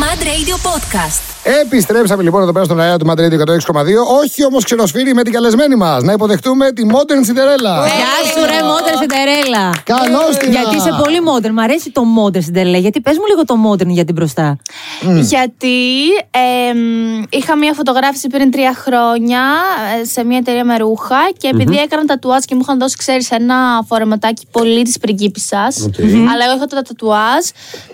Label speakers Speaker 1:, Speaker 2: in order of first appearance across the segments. Speaker 1: Mad Radio Podcast.
Speaker 2: Επιστρέψαμε λοιπόν εδώ πέρα στον αέρα του Mad Radio 106,2. Όχι όμως ξενοσφύρι με την καλεσμένη μας. Να υποδεχτούμε τη Modern Cinderella.
Speaker 3: Γεια σου, ρε, Modern Cinderella.
Speaker 2: Καλώς την
Speaker 3: Ε, Γιατί είσαι πολύ modern. Μ' αρέσει το modern Cinderella. Γιατί πες μου λίγο το modern για την μπροστά.
Speaker 4: Γιατί εμ, είχα μία φωτογράφηση πριν τρία χρόνια ε, σε μία εταιρεία με ρούχα και επειδή έκανα τατουάζ και μου είχαν δώσει, ξέρεις, ένα φορεματάκι πολύ της πριγκίπισσα. Αλλά εγώ είχα το τατουάζ.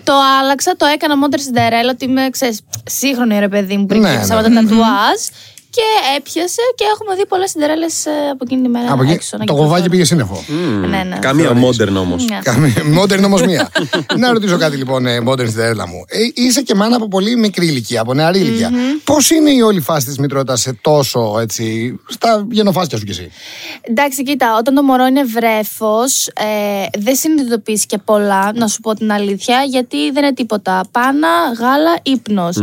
Speaker 4: Το άλλαξα, το έκανα μόντερ Σιντερέλα, ότι είμαι, ξέρεις, σύγχρονη ρε παιδί μου, πριγκίπισσα
Speaker 2: Ναι,
Speaker 4: με
Speaker 2: ναι.
Speaker 4: το τατουάζ. Και έπιασε και έχουμε δει πολλές Σιντερέλε από εκείνη τη μέρα.
Speaker 2: Από εκεί
Speaker 4: έξω να
Speaker 2: το κοβάκι
Speaker 4: κυκλοφορούν.
Speaker 2: πήγε σύννεφο.
Speaker 4: Ναι, ναι.
Speaker 5: Καμία modern όμως.
Speaker 4: Ναι.
Speaker 2: Καμία- Modern όμως μία. Να ρωτήσω κάτι λοιπόν, ε, Modern Cinderella μου. Ε, είσαι και μάνα από πολύ μικρή ηλικία, από νεαρή ηλικία. Πώς είναι η όλη φάση της μητρότητας σε τόσο έτσι. στα γενοφάσκια σου κι εσύ.
Speaker 4: Εντάξει, κοίτα, όταν το μωρό είναι βρέφος, ε, δεν συνειδητοποιείς και πολλά, να σου πω την αλήθεια, γιατί δεν είναι τίποτα. Πάνα, γάλα, ύπνος.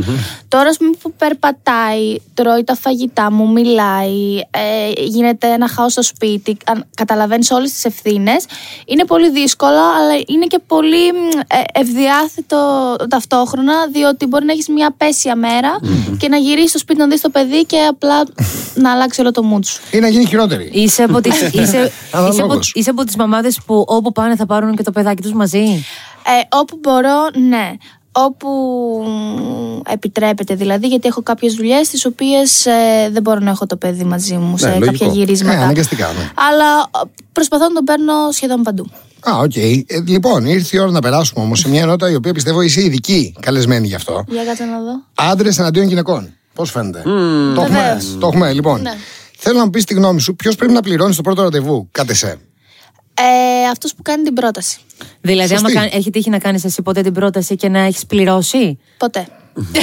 Speaker 4: Τώρα, ας πούμε, που περπατάει, τρώει τα φαγητά μου, μιλάει, ε, γίνεται ένα χάος στο σπίτι, καταλαβαίνεις όλες τις ευθύνες. Είναι πολύ δύσκολο, αλλά είναι και πολύ μ, ε, ευδιάθετο ταυτόχρονα, διότι μπορεί να έχεις μια απέσια μέρα και να γυρίσεις στο σπίτι να δεις το παιδί και απλά να αλλάξει όλο το mood σου.
Speaker 2: Ή να γίνει χειρότερη.
Speaker 3: Είσαι από τις- είσαι-
Speaker 2: Αναλόγως.
Speaker 3: είσαι από- Είσαι από τις μαμάδες που όπου πάνε θα πάρουν και το παιδάκι τους μαζί.
Speaker 4: Ε, όπου μπορώ, ναι. Όπου μ, επιτρέπεται δηλαδή, γιατί έχω κάποιες δουλειές τις οποίες ε, δεν μπορώ να έχω το παιδί μαζί μου σε κάποια
Speaker 5: λογικό.
Speaker 2: Ε,
Speaker 4: γυρίσματα.
Speaker 2: αναγκαστικά, ναι.
Speaker 4: Αλλά ε, προσπαθώ να τον παίρνω σχεδόν παντού.
Speaker 2: Α, οκ. Ε, λοιπόν, ήρθε η ώρα να περάσουμε όμως σε μια νότα η οποία πιστεύω είσαι ειδική καλεσμένη γι' αυτό.
Speaker 4: Για κάτσε να δω.
Speaker 2: Άντρες εναντίον γυναικών. Πώς φαίνεται. Το, έχουμε,
Speaker 4: Βεβαίως.
Speaker 2: το
Speaker 5: Ναι.
Speaker 2: έχουμε, λοιπόν. Θέλω να μου πεις τη γνώμη σου, ποιος πρέπει να πληρώνει το πρώτο ραντεβού, κάτι σε.
Speaker 4: Ε, αυτός που κάνει την πρόταση.
Speaker 3: Δηλαδή, άμα
Speaker 2: Σωστή.
Speaker 3: κάν- έχει τύχει να κάνεις εσύ ποτέ την πρόταση και να έχεις πληρώσει.
Speaker 4: Ποτέ.
Speaker 3: Ποιος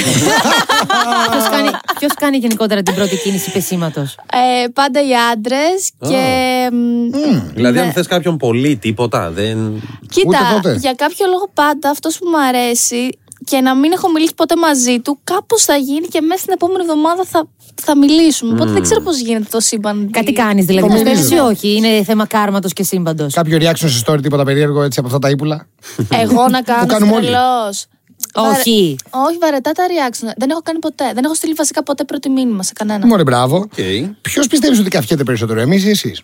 Speaker 3: κάνει, ποιος κάνει γενικότερα την πρώτη κίνηση πεσήματος.
Speaker 4: Ε, πάντα οι άντρες και. μ,
Speaker 5: Δηλαδή,
Speaker 4: Ναι.
Speaker 5: αν θες κάποιον πολύ, τίποτα. Δεν...
Speaker 2: Ούτε
Speaker 4: Κοίτα,
Speaker 2: τότε.
Speaker 4: για κάποιο λόγο πάντα αυτό που μου αρέσει και να μην έχω μιλήσει ποτέ μαζί του, κάπως θα γίνει και μέσα στην επόμενη εβδομάδα θα, θα μιλήσουμε. Οπότε
Speaker 2: Mm.
Speaker 4: δεν ξέρω πώς γίνεται το σύμπαν. Ναι.
Speaker 3: Κάτι κάνεις δηλαδή.
Speaker 2: Το
Speaker 3: Το παίρνει ή
Speaker 2: μυρίζω.
Speaker 3: όχι. Είναι θέμα κάρματος και σύμπαντος.
Speaker 2: Κάποιο reaction σε story, τίποτα περίεργο έτσι από αυτά τα ύπουλα.
Speaker 4: Εγώ να κάνω.
Speaker 2: κάνουμε όλοι.
Speaker 4: τρελός.
Speaker 3: Όχι.
Speaker 4: Βαρε- Όχι, βαρετά τα reaction. Δεν έχω κάνει ποτέ. Δεν έχω στείλει βασικά ποτέ πρώτη μήνυμα σε
Speaker 5: Ναι.
Speaker 4: κανένα.
Speaker 2: Μωρέ, μπράβο.
Speaker 5: Οκ.
Speaker 2: Ποιος πιστεύεις ότι καυχέται περισσότερο, εμείς ή εσείς.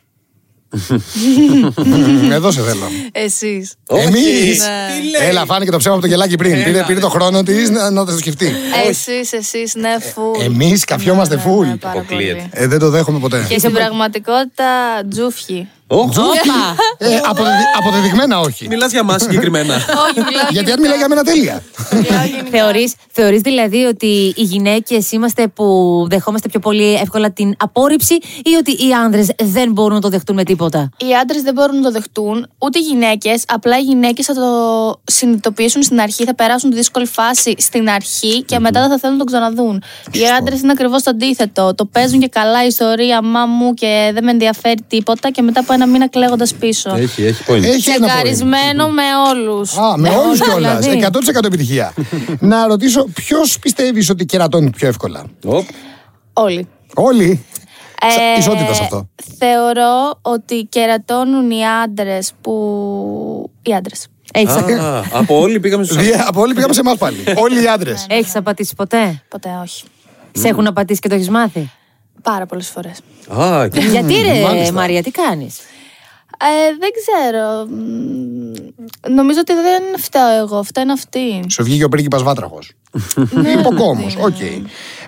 Speaker 2: Εδώ σε θέλω.
Speaker 4: Εσείς.
Speaker 2: Εμείς!
Speaker 5: ναι. Τι λέει.
Speaker 2: Έλα, φάνηκε το ψέμα από το γελάκι πριν. Πήρε, πήρε το χρόνο της να, να το σκεφτεί.
Speaker 4: Εσείς, εσείς, ναι,
Speaker 2: Ε,
Speaker 4: φου.
Speaker 2: Εμεί καφιόμαστε φουλ.
Speaker 4: ναι,
Speaker 5: Αποκλείεται.
Speaker 2: Ε, δεν το δέχομαι ποτέ.
Speaker 4: Και στην πραγματικότητα τζούφι.
Speaker 5: Όχι.
Speaker 3: Όπα!
Speaker 2: Ε, αποδεδει- αποδεδειγμένα όχι.
Speaker 5: Μιλάς για μας συγκεκριμένα.
Speaker 4: Όχι, μιλάω
Speaker 2: Γιατί αν μιλάει για μένα τέλεια.
Speaker 3: Θεωρείς, θεωρείς δηλαδή ότι οι γυναίκες είμαστε που δεχόμαστε πιο πολύ εύκολα την απόρριψη ή ότι οι άνδρες δεν μπορούν να το δεχτούν με τίποτα.
Speaker 4: οι άντρες δεν μπορούν να το δεχτούν, ούτε οι γυναίκες. Απλά οι γυναίκες θα το συνειδητοποιήσουν στην αρχή, θα περάσουν τη δύσκολη φάση στην αρχή και μετά δεν θα θέλουν να τον ξαναδούν. Οι άντρες είναι ακριβώς το αντίθετο. Το παίζουν και καλά η ιστορία, μα μου και δεν με ενδιαφέρει τίποτα και μετά από ένα μήνα κλαίγοντας πίσω.
Speaker 5: Έχει, έχει point.
Speaker 2: Έχει ένα point.
Speaker 4: Τσεκαρισμένο με όλους.
Speaker 2: Α, με όλου κιόλας.
Speaker 3: δηλαδή.
Speaker 2: 100% επιτυχία. να ρωτήσω, ποιος πιστεύεις ότι κερατώνει πιο εύκολα.
Speaker 5: Οπ.
Speaker 4: Όλοι.
Speaker 2: Όλοι. Ε... Ισότητα σε αυτό.
Speaker 4: Θεωρώ ότι κερατώνουν οι άντρες που. οι άντρες.
Speaker 3: Έχεις, α...
Speaker 5: Α, από όλοι πήγαμε στους.
Speaker 2: Δια- από όλοι πήγαμε σε εμάς πάλι. όλοι οι άντρες.
Speaker 3: έχεις απατήσει ποτέ.
Speaker 4: Ποτέ όχι.
Speaker 3: Σε έχουν απατήσει και το έχεις μάθει.
Speaker 4: Πάρα πολλές φορές.
Speaker 5: Α, και-
Speaker 3: Γιατί ρε
Speaker 2: μάλιστα.
Speaker 3: Μαρία, τι κάνεις.
Speaker 4: Ε, δεν ξέρω. Μ, Νομίζω ότι δεν φταίω εγώ. Φταίνω αυτή.
Speaker 2: Σου βγήκε ο πρίγκιπας βάτραχος. Υποκό όμω. Οκ.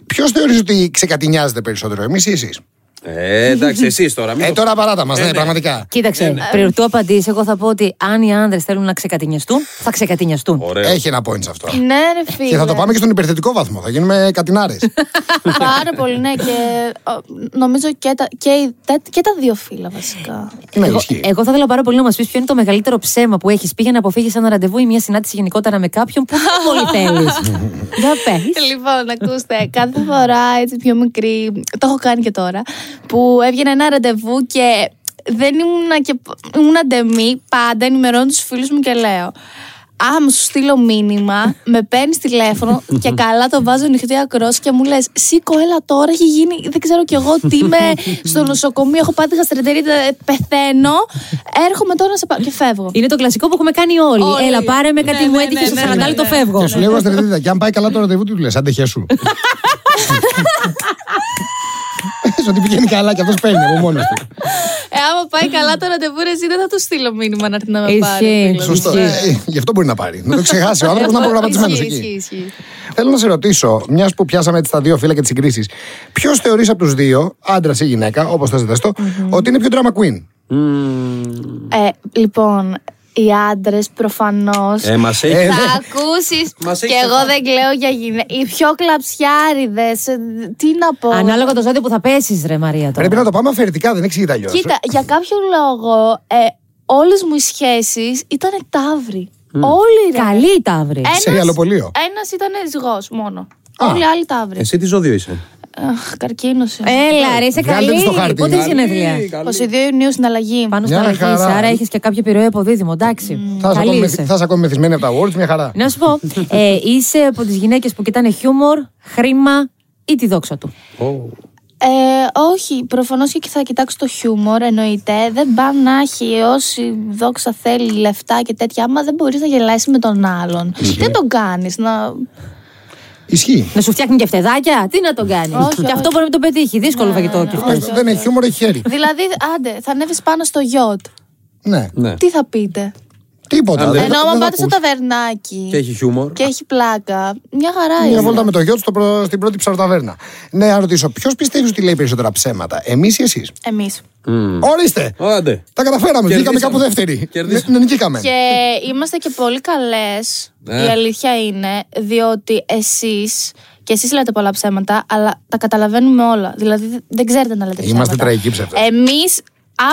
Speaker 2: Ποιος θεωρείς ότι ξεκατηνιάζεται περισσότερο, εμείς ή εσείς.
Speaker 5: Ε, εντάξει, εσείς τώρα. μην
Speaker 2: Ε,
Speaker 5: το-
Speaker 2: τώρα παράτα μας, ναι, πραγματικά.
Speaker 3: Κοίταξε, πριν του απαντήσει, εγώ θα πω ότι αν οι άνδρες θέλουν να ξεκατηνιαστούν, θα ξεκατηνιαστούν.
Speaker 5: Ωραίο.
Speaker 2: Έχει ένα point σε αυτό.
Speaker 4: Ναι, ρε φίλε.
Speaker 2: Και θα το πάμε και στον υπερθετικό βαθμό. Θα γίνουμε κατηνάρε.
Speaker 4: Πάρα πολύ, ναι. Και ο, νομίζω και τα, και, οι- τα, και τα δύο φύλλα βασικά.
Speaker 2: ναι,
Speaker 3: Εγώ,
Speaker 2: ισχύει.
Speaker 3: εγώ θα ήθελα πάρα πολύ να μας πεις ποιο είναι το μεγαλύτερο ψέμα που έχεις πει για να αποφύγεις ένα ραντεβού ή μια συνάντηση γενικότερα με κάποιον που δεν πολύ θέλεις. Για πες.
Speaker 4: Λοιπόν, ακούστε, κάθε φορά έτσι πιο μικρή, το έχω κάνει και τώρα, που έβγαινε ένα ραντεβού και δεν ήμουν και ήμουν αντεμή, πάντα ενημερώνω τους φίλους μου και λέω. άμα σου στείλω μήνυμα, με παίρνεις τηλέφωνο και καλά το βάζω νυχτή ακρό και μου λες: Σήκω, έλα τώρα, έχει γίνει. Δεν ξέρω κι εγώ τι είμαι στο νοσοκομείο. Έχω πάθει χαστρεντερίτιδα, ε, πεθαίνω. Έρχομαι τώρα να σε πάω και φεύγω.
Speaker 3: Είναι το κλασικό που έχουμε κάνει όλοι.
Speaker 4: Όλοι.
Speaker 3: Έλα, πάρε με
Speaker 4: Ναι,
Speaker 3: κάτι
Speaker 4: ναι,
Speaker 3: μου
Speaker 4: ναι,
Speaker 3: έτυχε στο
Speaker 4: ναι,
Speaker 3: 40
Speaker 4: ναι,
Speaker 3: λεπτό
Speaker 4: ναι.
Speaker 3: φεύγω.
Speaker 2: Και σου λέει Αστρεδίδα, και αν πάει καλά το ραντεβού, τι του λες, αντέχε σου. Πες ότι πηγαίνει καλά και αυτός παίρνει από μόνος του.
Speaker 4: Ε, άμα πάει καλά το ραντεβού, ρε, εσύ δεν θα του στείλω μήνυμα να έρθει να με
Speaker 3: Ισχύει.
Speaker 4: πάρει. δηλαδή.
Speaker 2: Σωστό.
Speaker 3: Ισχύει.
Speaker 2: Ε, ε, Γι' αυτό μπορεί να πάρει. Να το ξεχάσει ο άνθρωπος να είναι προγραμματισμένο
Speaker 4: Ε, Ισχύει,
Speaker 2: εκεί.
Speaker 4: ισχύει, ισχύει.
Speaker 2: Θέλω να σε ρωτήσω, μιας που πιάσαμε έτσι τα δύο φύλλα και τις συγκρίσεις, ποιος θεωρείς από τους δύο, άντρας ή γυναίκα, όπως θες το, ότι είναι πιο drama queen.
Speaker 4: Ε, λοιπόν, οι άντρες προφανώς.
Speaker 5: Ε, μας έχει.
Speaker 2: Ε,
Speaker 4: Θα ακούσεις.
Speaker 5: Μας έχει
Speaker 4: Και εγώ
Speaker 5: ξεχάσει.
Speaker 4: δεν κλαίω για γυναίκα. Οι πιο κλαψιάριδες. Τι να πω.
Speaker 3: Ανάλογα το ζώδιο που θα πέσεις, ρε Μαρία. Τώρα.
Speaker 2: Πρέπει να το πάμε αφαιρετικά, δεν εξηγείται Ε, αλλιώς.
Speaker 4: Κοίτα, για κάποιο λόγο ε, όλες μου οι σχέσεις ήταν ταύροι. Όλοι ρε.
Speaker 3: Καλή η ταύρη.
Speaker 2: Σε γυαλοπολείο.
Speaker 4: ένας ήταν ζυγός μόνο.
Speaker 2: Α.
Speaker 4: Όλοι οι άλλοι ταύροι.
Speaker 5: Εσύ τι ζώδιο είσαι.
Speaker 4: Αχ, καρκίνος. είμαι.
Speaker 3: Έλα, ρε, είσαι
Speaker 2: Βγάλτε
Speaker 3: καλή.
Speaker 2: τη στο χάρτη.
Speaker 3: Πότε είσαι
Speaker 2: Καλή.
Speaker 3: γενέθλια.
Speaker 4: 22 Ιουνίου στην αλλαγή.
Speaker 3: Πάνω
Speaker 2: Μια
Speaker 3: στα αρχή,
Speaker 2: χαρά.
Speaker 3: άρα έχεις και κάποια επιρροή από δίδυμο. Εντάξει.
Speaker 2: Θα είσαι
Speaker 3: Καλή
Speaker 2: ακόμη μεθυ-
Speaker 3: είσαι.
Speaker 2: θα είσαι ακόμη μεθυσμένη από τα awards, μια χαρά.
Speaker 4: Ναι.
Speaker 3: Να σου πω, ε, είσαι από τις γυναίκες που κοιτάνε χιούμορ, χρήμα ή τη δόξα του.
Speaker 5: Ω.
Speaker 4: Ε, όχι, προφανώς και θα κοιτάξω το χιούμορ, εννοείται. Δεν πά να έχει όση δόξα θέλει, λεφτά και τέτοια. Άμα δεν μπορείς να γελάσεις με τον άλλον. Δεν τον κάνεις να...
Speaker 2: Ισχύει.
Speaker 3: Να σου φτιάχνει και φτεδάκια, τι να τον κάνεις.
Speaker 4: Όχι,
Speaker 3: και αυτό
Speaker 4: όχι.
Speaker 3: μπορεί να το πετύχει. Δύσκολο φαγητό και αυτό.
Speaker 2: Όχι, Δεν έχει χιούμορ, έχει χέρι.
Speaker 4: δηλαδή, άντε, θα ανέβεις πάνω στο γιότ.
Speaker 2: Ναι.
Speaker 5: Ναι.
Speaker 4: Τι θα πείτε.
Speaker 2: Τίποτα.
Speaker 5: Αν
Speaker 2: δεν-
Speaker 5: δεν-
Speaker 4: Ενώ
Speaker 2: δεν θα
Speaker 4: άμα πάτε στο
Speaker 2: ακούς.
Speaker 4: ταβερνάκι
Speaker 5: Και έχει χιούμορ.
Speaker 4: και έχει πλάκα, μια χαρά
Speaker 2: Μια βόλτα
Speaker 4: είναι.
Speaker 2: με το γιο του στο προ- στην πρώτη ψαρταβέρνα. Ναι, να ρωτήσω, ποιος πιστεύεις ότι λέει περισσότερα ψέματα, εμείς ή εσείς.
Speaker 4: Εμείς.
Speaker 2: Ορίστε!
Speaker 5: Άντε.
Speaker 2: Τα καταφέραμε. Βγήκαμε
Speaker 5: Κερδίσαμε.
Speaker 2: κάπου δεύτερη.
Speaker 5: Κερδίσαμε.
Speaker 2: Ναι, Ε. ναι, νικήκαμε.
Speaker 4: Και είμαστε και πολύ καλές,
Speaker 5: Ναι.
Speaker 4: η αλήθεια είναι, διότι εσείς, και εσείς λέτε πολλά ψέματα, αλλά τα καταλαβαίνουμε όλα. Δηλαδή δε- δεν ξέρετε να λέτε ψέματα.
Speaker 2: Είμαστε τραγικοί ψεύτες.
Speaker 4: Εμείς,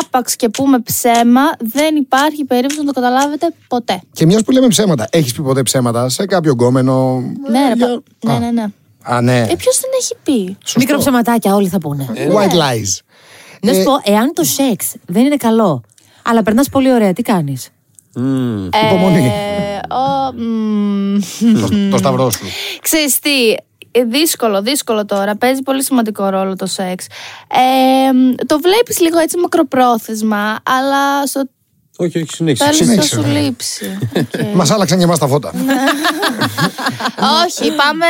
Speaker 4: άπαξ και πούμε ψέμα, δεν υπάρχει περίπτωση να το καταλάβετε ποτέ.
Speaker 2: Και μιας που λέμε ψέματα, έχεις πει ποτέ ψέματα σε κάποιο γκόμενο. ε,
Speaker 4: Ναι, ρε,
Speaker 2: για-
Speaker 4: πα- ναι,
Speaker 2: Α.
Speaker 4: ναι, ναι.
Speaker 2: Α, ναι. Ε,
Speaker 4: Ε, ποιος την έχει πει.
Speaker 3: Μικρό ψεματάκια όλοι θα πούνε.
Speaker 2: White lies. Ε,
Speaker 3: Να σου πω, εάν το σεξ δεν είναι καλό, αλλά περνάς πολύ ωραία, τι κάνεις.
Speaker 5: Μμμ.
Speaker 2: Υπομονή.
Speaker 4: Ε, ο, μμμ.
Speaker 2: Το- Το σταυρό σου.
Speaker 4: Ξέρεις τι, ε, δύσκολο, δύσκολο τώρα. Παίζει πολύ σημαντικό ρόλο το σεξ. Ε, μ, το βλέπεις λίγο έτσι μακροπρόθεσμα, αλλά στο
Speaker 5: Όχι, όχι, συνέχισε.
Speaker 4: τέλος θα
Speaker 2: συνέχισε,
Speaker 4: σου
Speaker 2: ναι.
Speaker 4: λείψει. Οκ.
Speaker 2: Μας άλλαξαν και εμάς τα φώτα.
Speaker 4: Ναι. Όχι, πάμε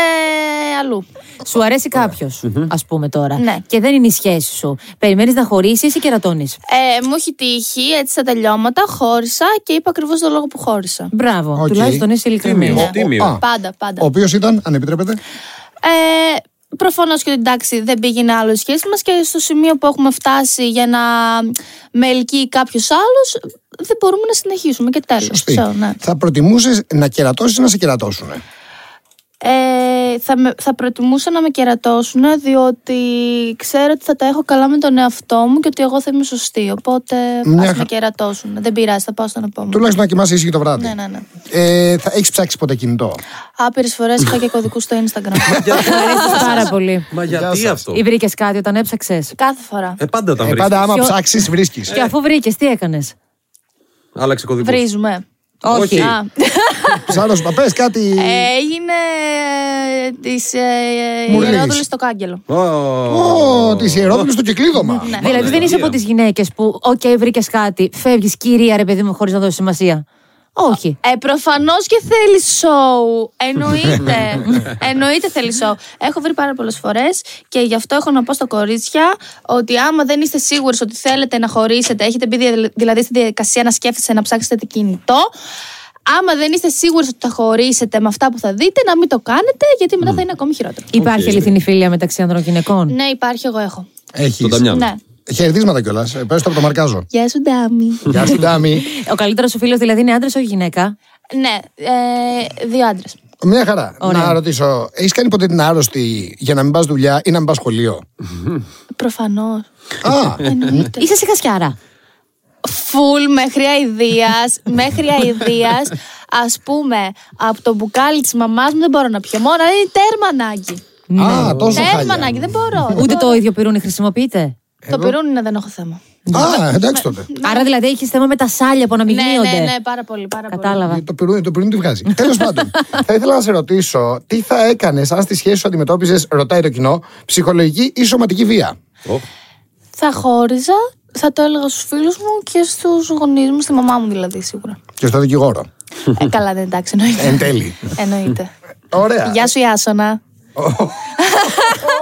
Speaker 4: αλλού.
Speaker 3: Σου αρέσει κάποιο, ας πούμε τώρα,
Speaker 4: Ναι.
Speaker 3: και δεν είναι η σχέση σου. Περιμένεις να χωρίσεις ή κερατώνεις.
Speaker 4: Ε, μου έχει τύχει έτσι στα τελειώματα, χώρισα και είπα ακριβώς το λόγο που χώρισα. Ναι.
Speaker 3: Μπράβο,
Speaker 2: Οκ.
Speaker 3: τουλάχιστον είσαι ειλικρινής.
Speaker 5: Τίμιο, τίμιο.
Speaker 2: Α.
Speaker 4: Πάντα, πάντα.
Speaker 2: Ο οποίος ήταν, αν επιτρέπετε.
Speaker 4: Ε, Προφανώς και ότι εντάξει δεν πήγαινε άλλο η σχέση μας και στο σημείο που έχουμε φτάσει για να με ελκύει κάποιος άλλος, δεν μπορούμε να συνεχίσουμε και ναι. τέλος.
Speaker 2: Σωστή. Θα προτιμούσες να κερατώσεις ή να σε κερατώσουν.
Speaker 4: Ε, θα, με, θα προτιμούσα να με κερατώσουν διότι ξέρω ότι θα τα έχω καλά με τον εαυτό μου και ότι εγώ θα είμαι σωστή. Οπότε
Speaker 2: Μια
Speaker 4: ας με
Speaker 2: Ναι, χα-
Speaker 4: κερατώσουν. Δεν πειράζει, θα πάω στον επόμενο.
Speaker 2: Τουλάχιστον να κοιμάσαι ήσυχη το βράδυ.
Speaker 4: Ναι, ναι, ναι.
Speaker 2: Ε, θα έχεις ψάξει ποτέ κινητό.
Speaker 4: Άπειρε φορές είχα και κωδικού στο Instagram.
Speaker 5: Γιατί-
Speaker 3: Μου αρέσει πάρα πολύ.
Speaker 5: Μα γιατί
Speaker 2: σας.
Speaker 5: αυτό.
Speaker 3: Ή βρήκες κάτι όταν έψαξες.
Speaker 4: Κάθε φορά.
Speaker 5: Ε, πάντα τα
Speaker 2: Ε,
Speaker 5: βρίσκεις.
Speaker 2: πάντα άμα
Speaker 3: Ποιο-
Speaker 2: ψάξεις, βρίσκεις.
Speaker 4: Ε.
Speaker 3: Και αφού βρήκες, τι έκανες.
Speaker 5: Άλλαξε κωδικό.
Speaker 4: Βρίζουμε.
Speaker 5: Όχι.
Speaker 2: Ε,
Speaker 4: Α,
Speaker 2: Ψάρος, μα πες κάτι.
Speaker 4: ε, έγινε της ε,
Speaker 2: Μου λες.
Speaker 4: Ιερόδουλη στο κάγκελο.
Speaker 2: Ω, τη Ιερόπουλη στο κυκλίδωμα.
Speaker 4: Ναι.
Speaker 3: δηλαδή δεν είσαι από τις γυναίκες που, οκ, βρήκες κάτι, φεύγεις κυρία ρε παιδί μου χωρίς να δώσεις σημασία. Όχι.
Speaker 4: Ε, Προφανώς και θέλει σοου. Εννοείται. Εννοείται θέλει σοου. Έχω βρει πάρα πολλές φορές και γι' αυτό έχω να πω στα κορίτσια ότι άμα δεν είστε σίγουρε ότι θέλετε να χωρίσετε, έχετε μπει δια- δηλαδή στη διαδικασία να σκέφτεστε να ψάξετε το κινητό. Άμα δεν είστε σίγουρε ότι θα χωρίσετε με αυτά που θα δείτε, να μην το κάνετε γιατί μετά θα είναι ακόμη χειρότερο.
Speaker 3: Υπάρχει αληθινή φιλία μεταξύ ανδρών και γυναικών.
Speaker 4: Ναι, υπάρχει, εγώ έχω.
Speaker 2: Έχει.
Speaker 5: Τον Ταμιάνο.
Speaker 4: Ναι.
Speaker 2: Χαιρετίσματα κιόλας. Πες το από το μαρκάζο.
Speaker 4: Γεια σου, Ντάμι.
Speaker 2: Γεια σου, Ντάμι.
Speaker 3: Ο καλύτερος σου φίλος δηλαδή είναι άντρας, όχι γυναίκα.
Speaker 4: ναι, ε, δύο άντρες.
Speaker 2: Μια χαρά.
Speaker 3: Ωραία.
Speaker 2: Να ρωτήσω, έχεις κάνει ποτέ την άρρωστη για να μην πας δουλειά ή να μην πας σχολείο.
Speaker 4: Προφανώς.
Speaker 2: Α,
Speaker 4: Εννοείται.
Speaker 3: Είσαι σιγασιάρα.
Speaker 4: Φουλ μέχρι αηδίας, μέχρι αηδίας. Ας πούμε, από το μπουκάλι της μαμάς μου δεν μπορώ να πιω. Μόνο είναι τέρμα ανάγκη.
Speaker 2: α τόσο
Speaker 4: Τέρμα
Speaker 2: χάλια.
Speaker 4: ανάγκη, δεν μπορώ. δεν
Speaker 3: Ούτε
Speaker 4: μπορώ. Ναι.
Speaker 3: το ίδιο πυρούνι χρησιμοποιείται.
Speaker 4: Το πυρούνι είναι, δεν έχω θέμα.
Speaker 2: Α, εντάξει τότε.
Speaker 3: Άρα δηλαδή έχεις θέμα με τα σάλια που
Speaker 4: Ναι,
Speaker 3: αναμειγνύονται.
Speaker 4: ναι, ναι, πάρα πολύ. Πάρα Πολύ.
Speaker 3: Κατάλαβα.
Speaker 2: Το πυρούνι, το πυρούνι τη βγάζει. Τέλος πάντων, θα ήθελα να σε ρωτήσω τι θα έκανες αν στη σχέση σου αντιμετώπιζες, ρωτάει το κοινό, ψυχολογική ή σωματική βία.
Speaker 5: Ω,
Speaker 4: Θα χώριζα, θα το έλεγα στους φίλους μου και στους γονείς μου, στη μαμά μου δηλαδή σίγουρα.
Speaker 2: Και στο δικηγόρο.
Speaker 4: ε, καλά, ναι, εντάξει, εννοείται.
Speaker 2: Εν τέλει.
Speaker 4: εννοείται.
Speaker 2: Ωραία.
Speaker 4: Γεια σου, Ιάσονα.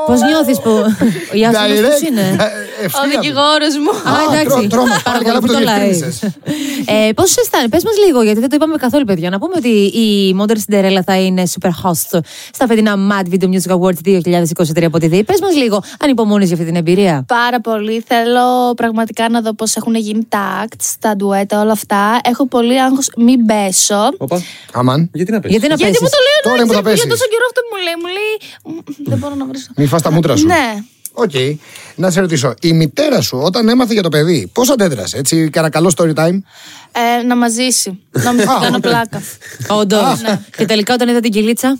Speaker 3: Πώς νιώθεις που. Η άφηση
Speaker 2: Direct,
Speaker 3: ποιος είναι.
Speaker 2: ε,
Speaker 4: Ο
Speaker 2: ευθεία.
Speaker 4: δικηγόρος μου.
Speaker 3: Α,
Speaker 2: Α,
Speaker 3: εντάξει.
Speaker 2: τρώ- τρώμα. Πάλι
Speaker 3: Πάρα
Speaker 2: καλά
Speaker 3: πολύ
Speaker 2: που το
Speaker 3: καλά, ε.
Speaker 2: διευκρίνησες.
Speaker 3: Ε, Πώς αισθάνεσαι, πες μας λίγο, γιατί δεν το είπαμε καθόλου, παιδιά. Να πούμε ότι η Modern Cinderella θα είναι super host στα φετινά Mad Video Music Awards 2023 από τη ΔΕΗ. Πες μας λίγο, αν υπομονείς για αυτή την εμπειρία.
Speaker 4: Πάρα πολύ. Θέλω πραγματικά να δω πώς έχουν γίνει τα acts, τα ντουέτα, όλα αυτά. Έχω πολύ άγχος μην πέσω.
Speaker 5: όπα.
Speaker 2: Αμάν.
Speaker 5: Γιατί να πες.
Speaker 3: Γιατί να
Speaker 4: Γιατί
Speaker 3: πέσεις.
Speaker 4: μου το λέει
Speaker 2: Τώρα
Speaker 4: ένα
Speaker 2: που θα
Speaker 4: έξυπνο για
Speaker 2: πέσεις.
Speaker 4: τόσο καιρό αυτό που μου λέει. Μου λέει. «Μ, Δεν μπορώ να βρίσκω.
Speaker 2: Μη φας τα μούτρα σου.
Speaker 4: Ναι.
Speaker 2: Οκ. Να σε ρωτήσω, η μητέρα σου όταν έμαθε για το παιδί, πώς αντέδρασε, έτσι, καρακαλώ story time.
Speaker 4: Ε, να μαζί ζήσει. να μην
Speaker 2: Α,
Speaker 4: κάνω
Speaker 2: ωραία.
Speaker 4: πλάκα.
Speaker 3: Όντως. Και τελικά όταν είδα την κυλίτσα.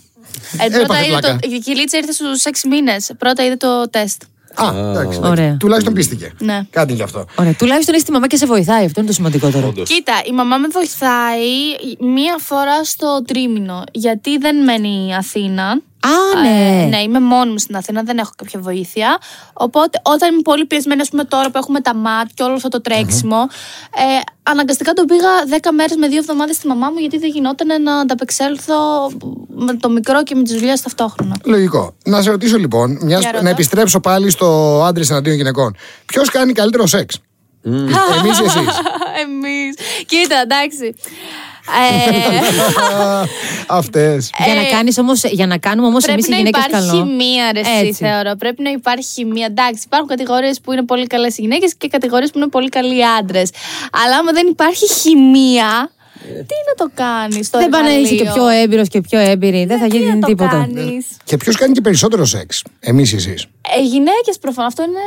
Speaker 4: Ε, πρώτα
Speaker 2: Έπαθε
Speaker 4: είδε το,
Speaker 2: πλάκα.
Speaker 4: η κυλίτσα ήρθε στους 6 μήνες. Πρώτα είδε το τεστ.
Speaker 2: Α, εντάξει.
Speaker 3: Ωραία.
Speaker 2: Τουλάχιστον πίστηκε.
Speaker 4: Ναι.
Speaker 2: Κάτι γι' αυτό.
Speaker 3: Ωραία. Τουλάχιστον έχει τη μαμά και σε βοηθάει. Αυτό είναι το σημαντικότερο.
Speaker 5: Όντως.
Speaker 4: Κοίτα, η μαμά με βοηθάει μία φορά στο τρίμηνο. Γιατί δεν μένει η Αθήνα.
Speaker 3: Α,
Speaker 4: Ε,
Speaker 3: ναι.
Speaker 4: ναι, είμαι μόνη μου στην Αθήνα, δεν έχω κάποια βοήθεια. Οπότε, όταν είμαι πολύ πιεσμένη, ας πούμε τώρα που έχουμε τα ΜΑΤ και όλο αυτό το τρεξιμο ε, αναγκαστικά τον πήγα 10 μέρες με 2 εβδομάδες στη μαμά μου, γιατί δεν γινόταν να ανταπεξέλθω με το μικρό και με τις δουλειές ταυτόχρονα.
Speaker 2: Λογικό. Να σε ρωτήσω λοιπόν, μιας,
Speaker 4: Για ρώτα.
Speaker 2: να επιστρέψω πάλι στο άντρες εναντίον γυναικών. Ποιος κάνει καλύτερο σεξ, Εμείς ή εσείς.
Speaker 4: Εμείς. Κοίτα, εντάξει. Ε,
Speaker 2: Αυτές.
Speaker 3: Για να, κάνεις όμως, για να κάνουμε όμως εμεί
Speaker 4: Πρέπει
Speaker 3: οι
Speaker 4: να
Speaker 3: γυναίκες
Speaker 4: υπάρχει
Speaker 3: καλό.
Speaker 4: χημεία, ρε, εσύ,
Speaker 3: Έτσι.
Speaker 4: θεωρώ. Πρέπει να υπάρχει χημεία. Εντάξει, υπάρχουν κατηγορίες που είναι πολύ καλές οι γυναίκες και κατηγορίες που είναι πολύ καλοί οι άντρες. Αλλά άμα δεν υπάρχει χημεία, τι να το κάνεις τώρα.
Speaker 3: Δεν πάνε να είσαι και πιο έμπειρος και πιο έμπειρη. Δεν θα γίνει
Speaker 4: Ε, να Το
Speaker 3: τίποτα.
Speaker 4: κάνεις.
Speaker 2: Και ποιος κάνει και περισσότερο σεξ, Εμείς ή εσείς.
Speaker 4: Ε, γυναίκες προφανώς. Αυτό είναι.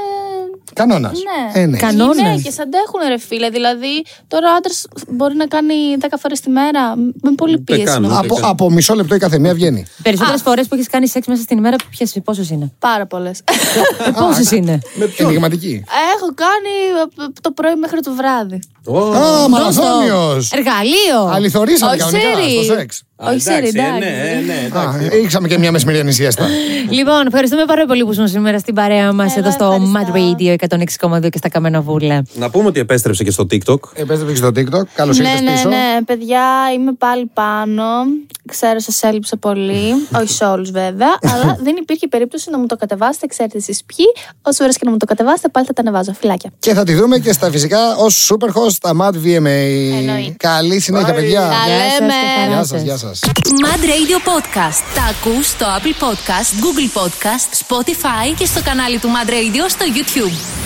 Speaker 2: Κανόνας.
Speaker 4: Ναι.
Speaker 2: Ε, ναι.
Speaker 3: Κα- Κανόνες.
Speaker 4: Γυναίκες αντέχουν, ρε φίλε. Δηλαδή, τώρα ο άντρας μπορεί να κάνει 10 φορές τη μέρα με πολύ
Speaker 5: Ούτε
Speaker 4: πίεση.
Speaker 5: καν,
Speaker 4: νομίζω.
Speaker 2: από, από μισό λεπτό η καθεμία βγαίνει.
Speaker 3: Περισσότερες φορές που έχεις κάνει σεξ μέσα στην ημέρα, πόσες είναι.
Speaker 4: Πάρα πολλές.
Speaker 3: Πόσε είναι.
Speaker 2: Ενηγματική.
Speaker 4: Έχω κάνει από το πρωί μέχρι το βράδυ.
Speaker 5: Ω,
Speaker 2: Α,
Speaker 3: Δώσ' το.
Speaker 2: μαραθώνιο.
Speaker 4: Ε,
Speaker 3: Εργαλείο.
Speaker 2: Αληθωρήσαμε
Speaker 4: Όχι,
Speaker 2: κανονικά
Speaker 4: σερί.
Speaker 2: στο σεξ.
Speaker 5: α,
Speaker 4: όχι, sorry,
Speaker 5: εντάξει, ε,
Speaker 4: εντάξει.
Speaker 5: Ναι, ε, ναι, εντάξει.
Speaker 2: Α, Ήξαμε και μια μεσημεριανή σιέστα.
Speaker 3: Λοιπόν, ευχαριστούμε πάρα πολύ που ήσουν σήμερα στην παρέα μας εδώ στο Mad Radio 106,2 και στα Καμενοβούλα.
Speaker 5: Να πούμε ότι επέστρεψε και στο TikTok.
Speaker 2: Επέστρεψε στο TikTok. Καλώς
Speaker 4: Ναι,
Speaker 2: ήρθατε
Speaker 4: ναι,
Speaker 2: πίσω.
Speaker 4: ναι, παιδιά, είμαι πάλι πάνω. Ξέρω, σας έλειψα πολύ. Όχι σε όλους, βέβαια. αλλά δεν υπήρχε περίπτωση να μου το κατεβάσετε. Ξέρετε εσείς ποιοι. Όσες φορέ και να μου το κατεβάσετε, πάλι θα τα ανεβάζω. Φιλάκια.
Speaker 2: Και θα τη δούμε και στα φυσικά ως super host στα Mad VMA.
Speaker 4: Εννοείται.
Speaker 2: Καλή συνέχεια, παιδιά.
Speaker 4: Καλή.
Speaker 3: Γεια σας και
Speaker 4: λέμε.
Speaker 3: χαρά
Speaker 2: Γεια σα,
Speaker 3: σας.
Speaker 2: γεια σας.
Speaker 1: Mad Radio Podcast. Τα ακούς στο Apple Podcast, Google Podcast, Spotify και στο κανάλι του Mad Radio στο YouTube.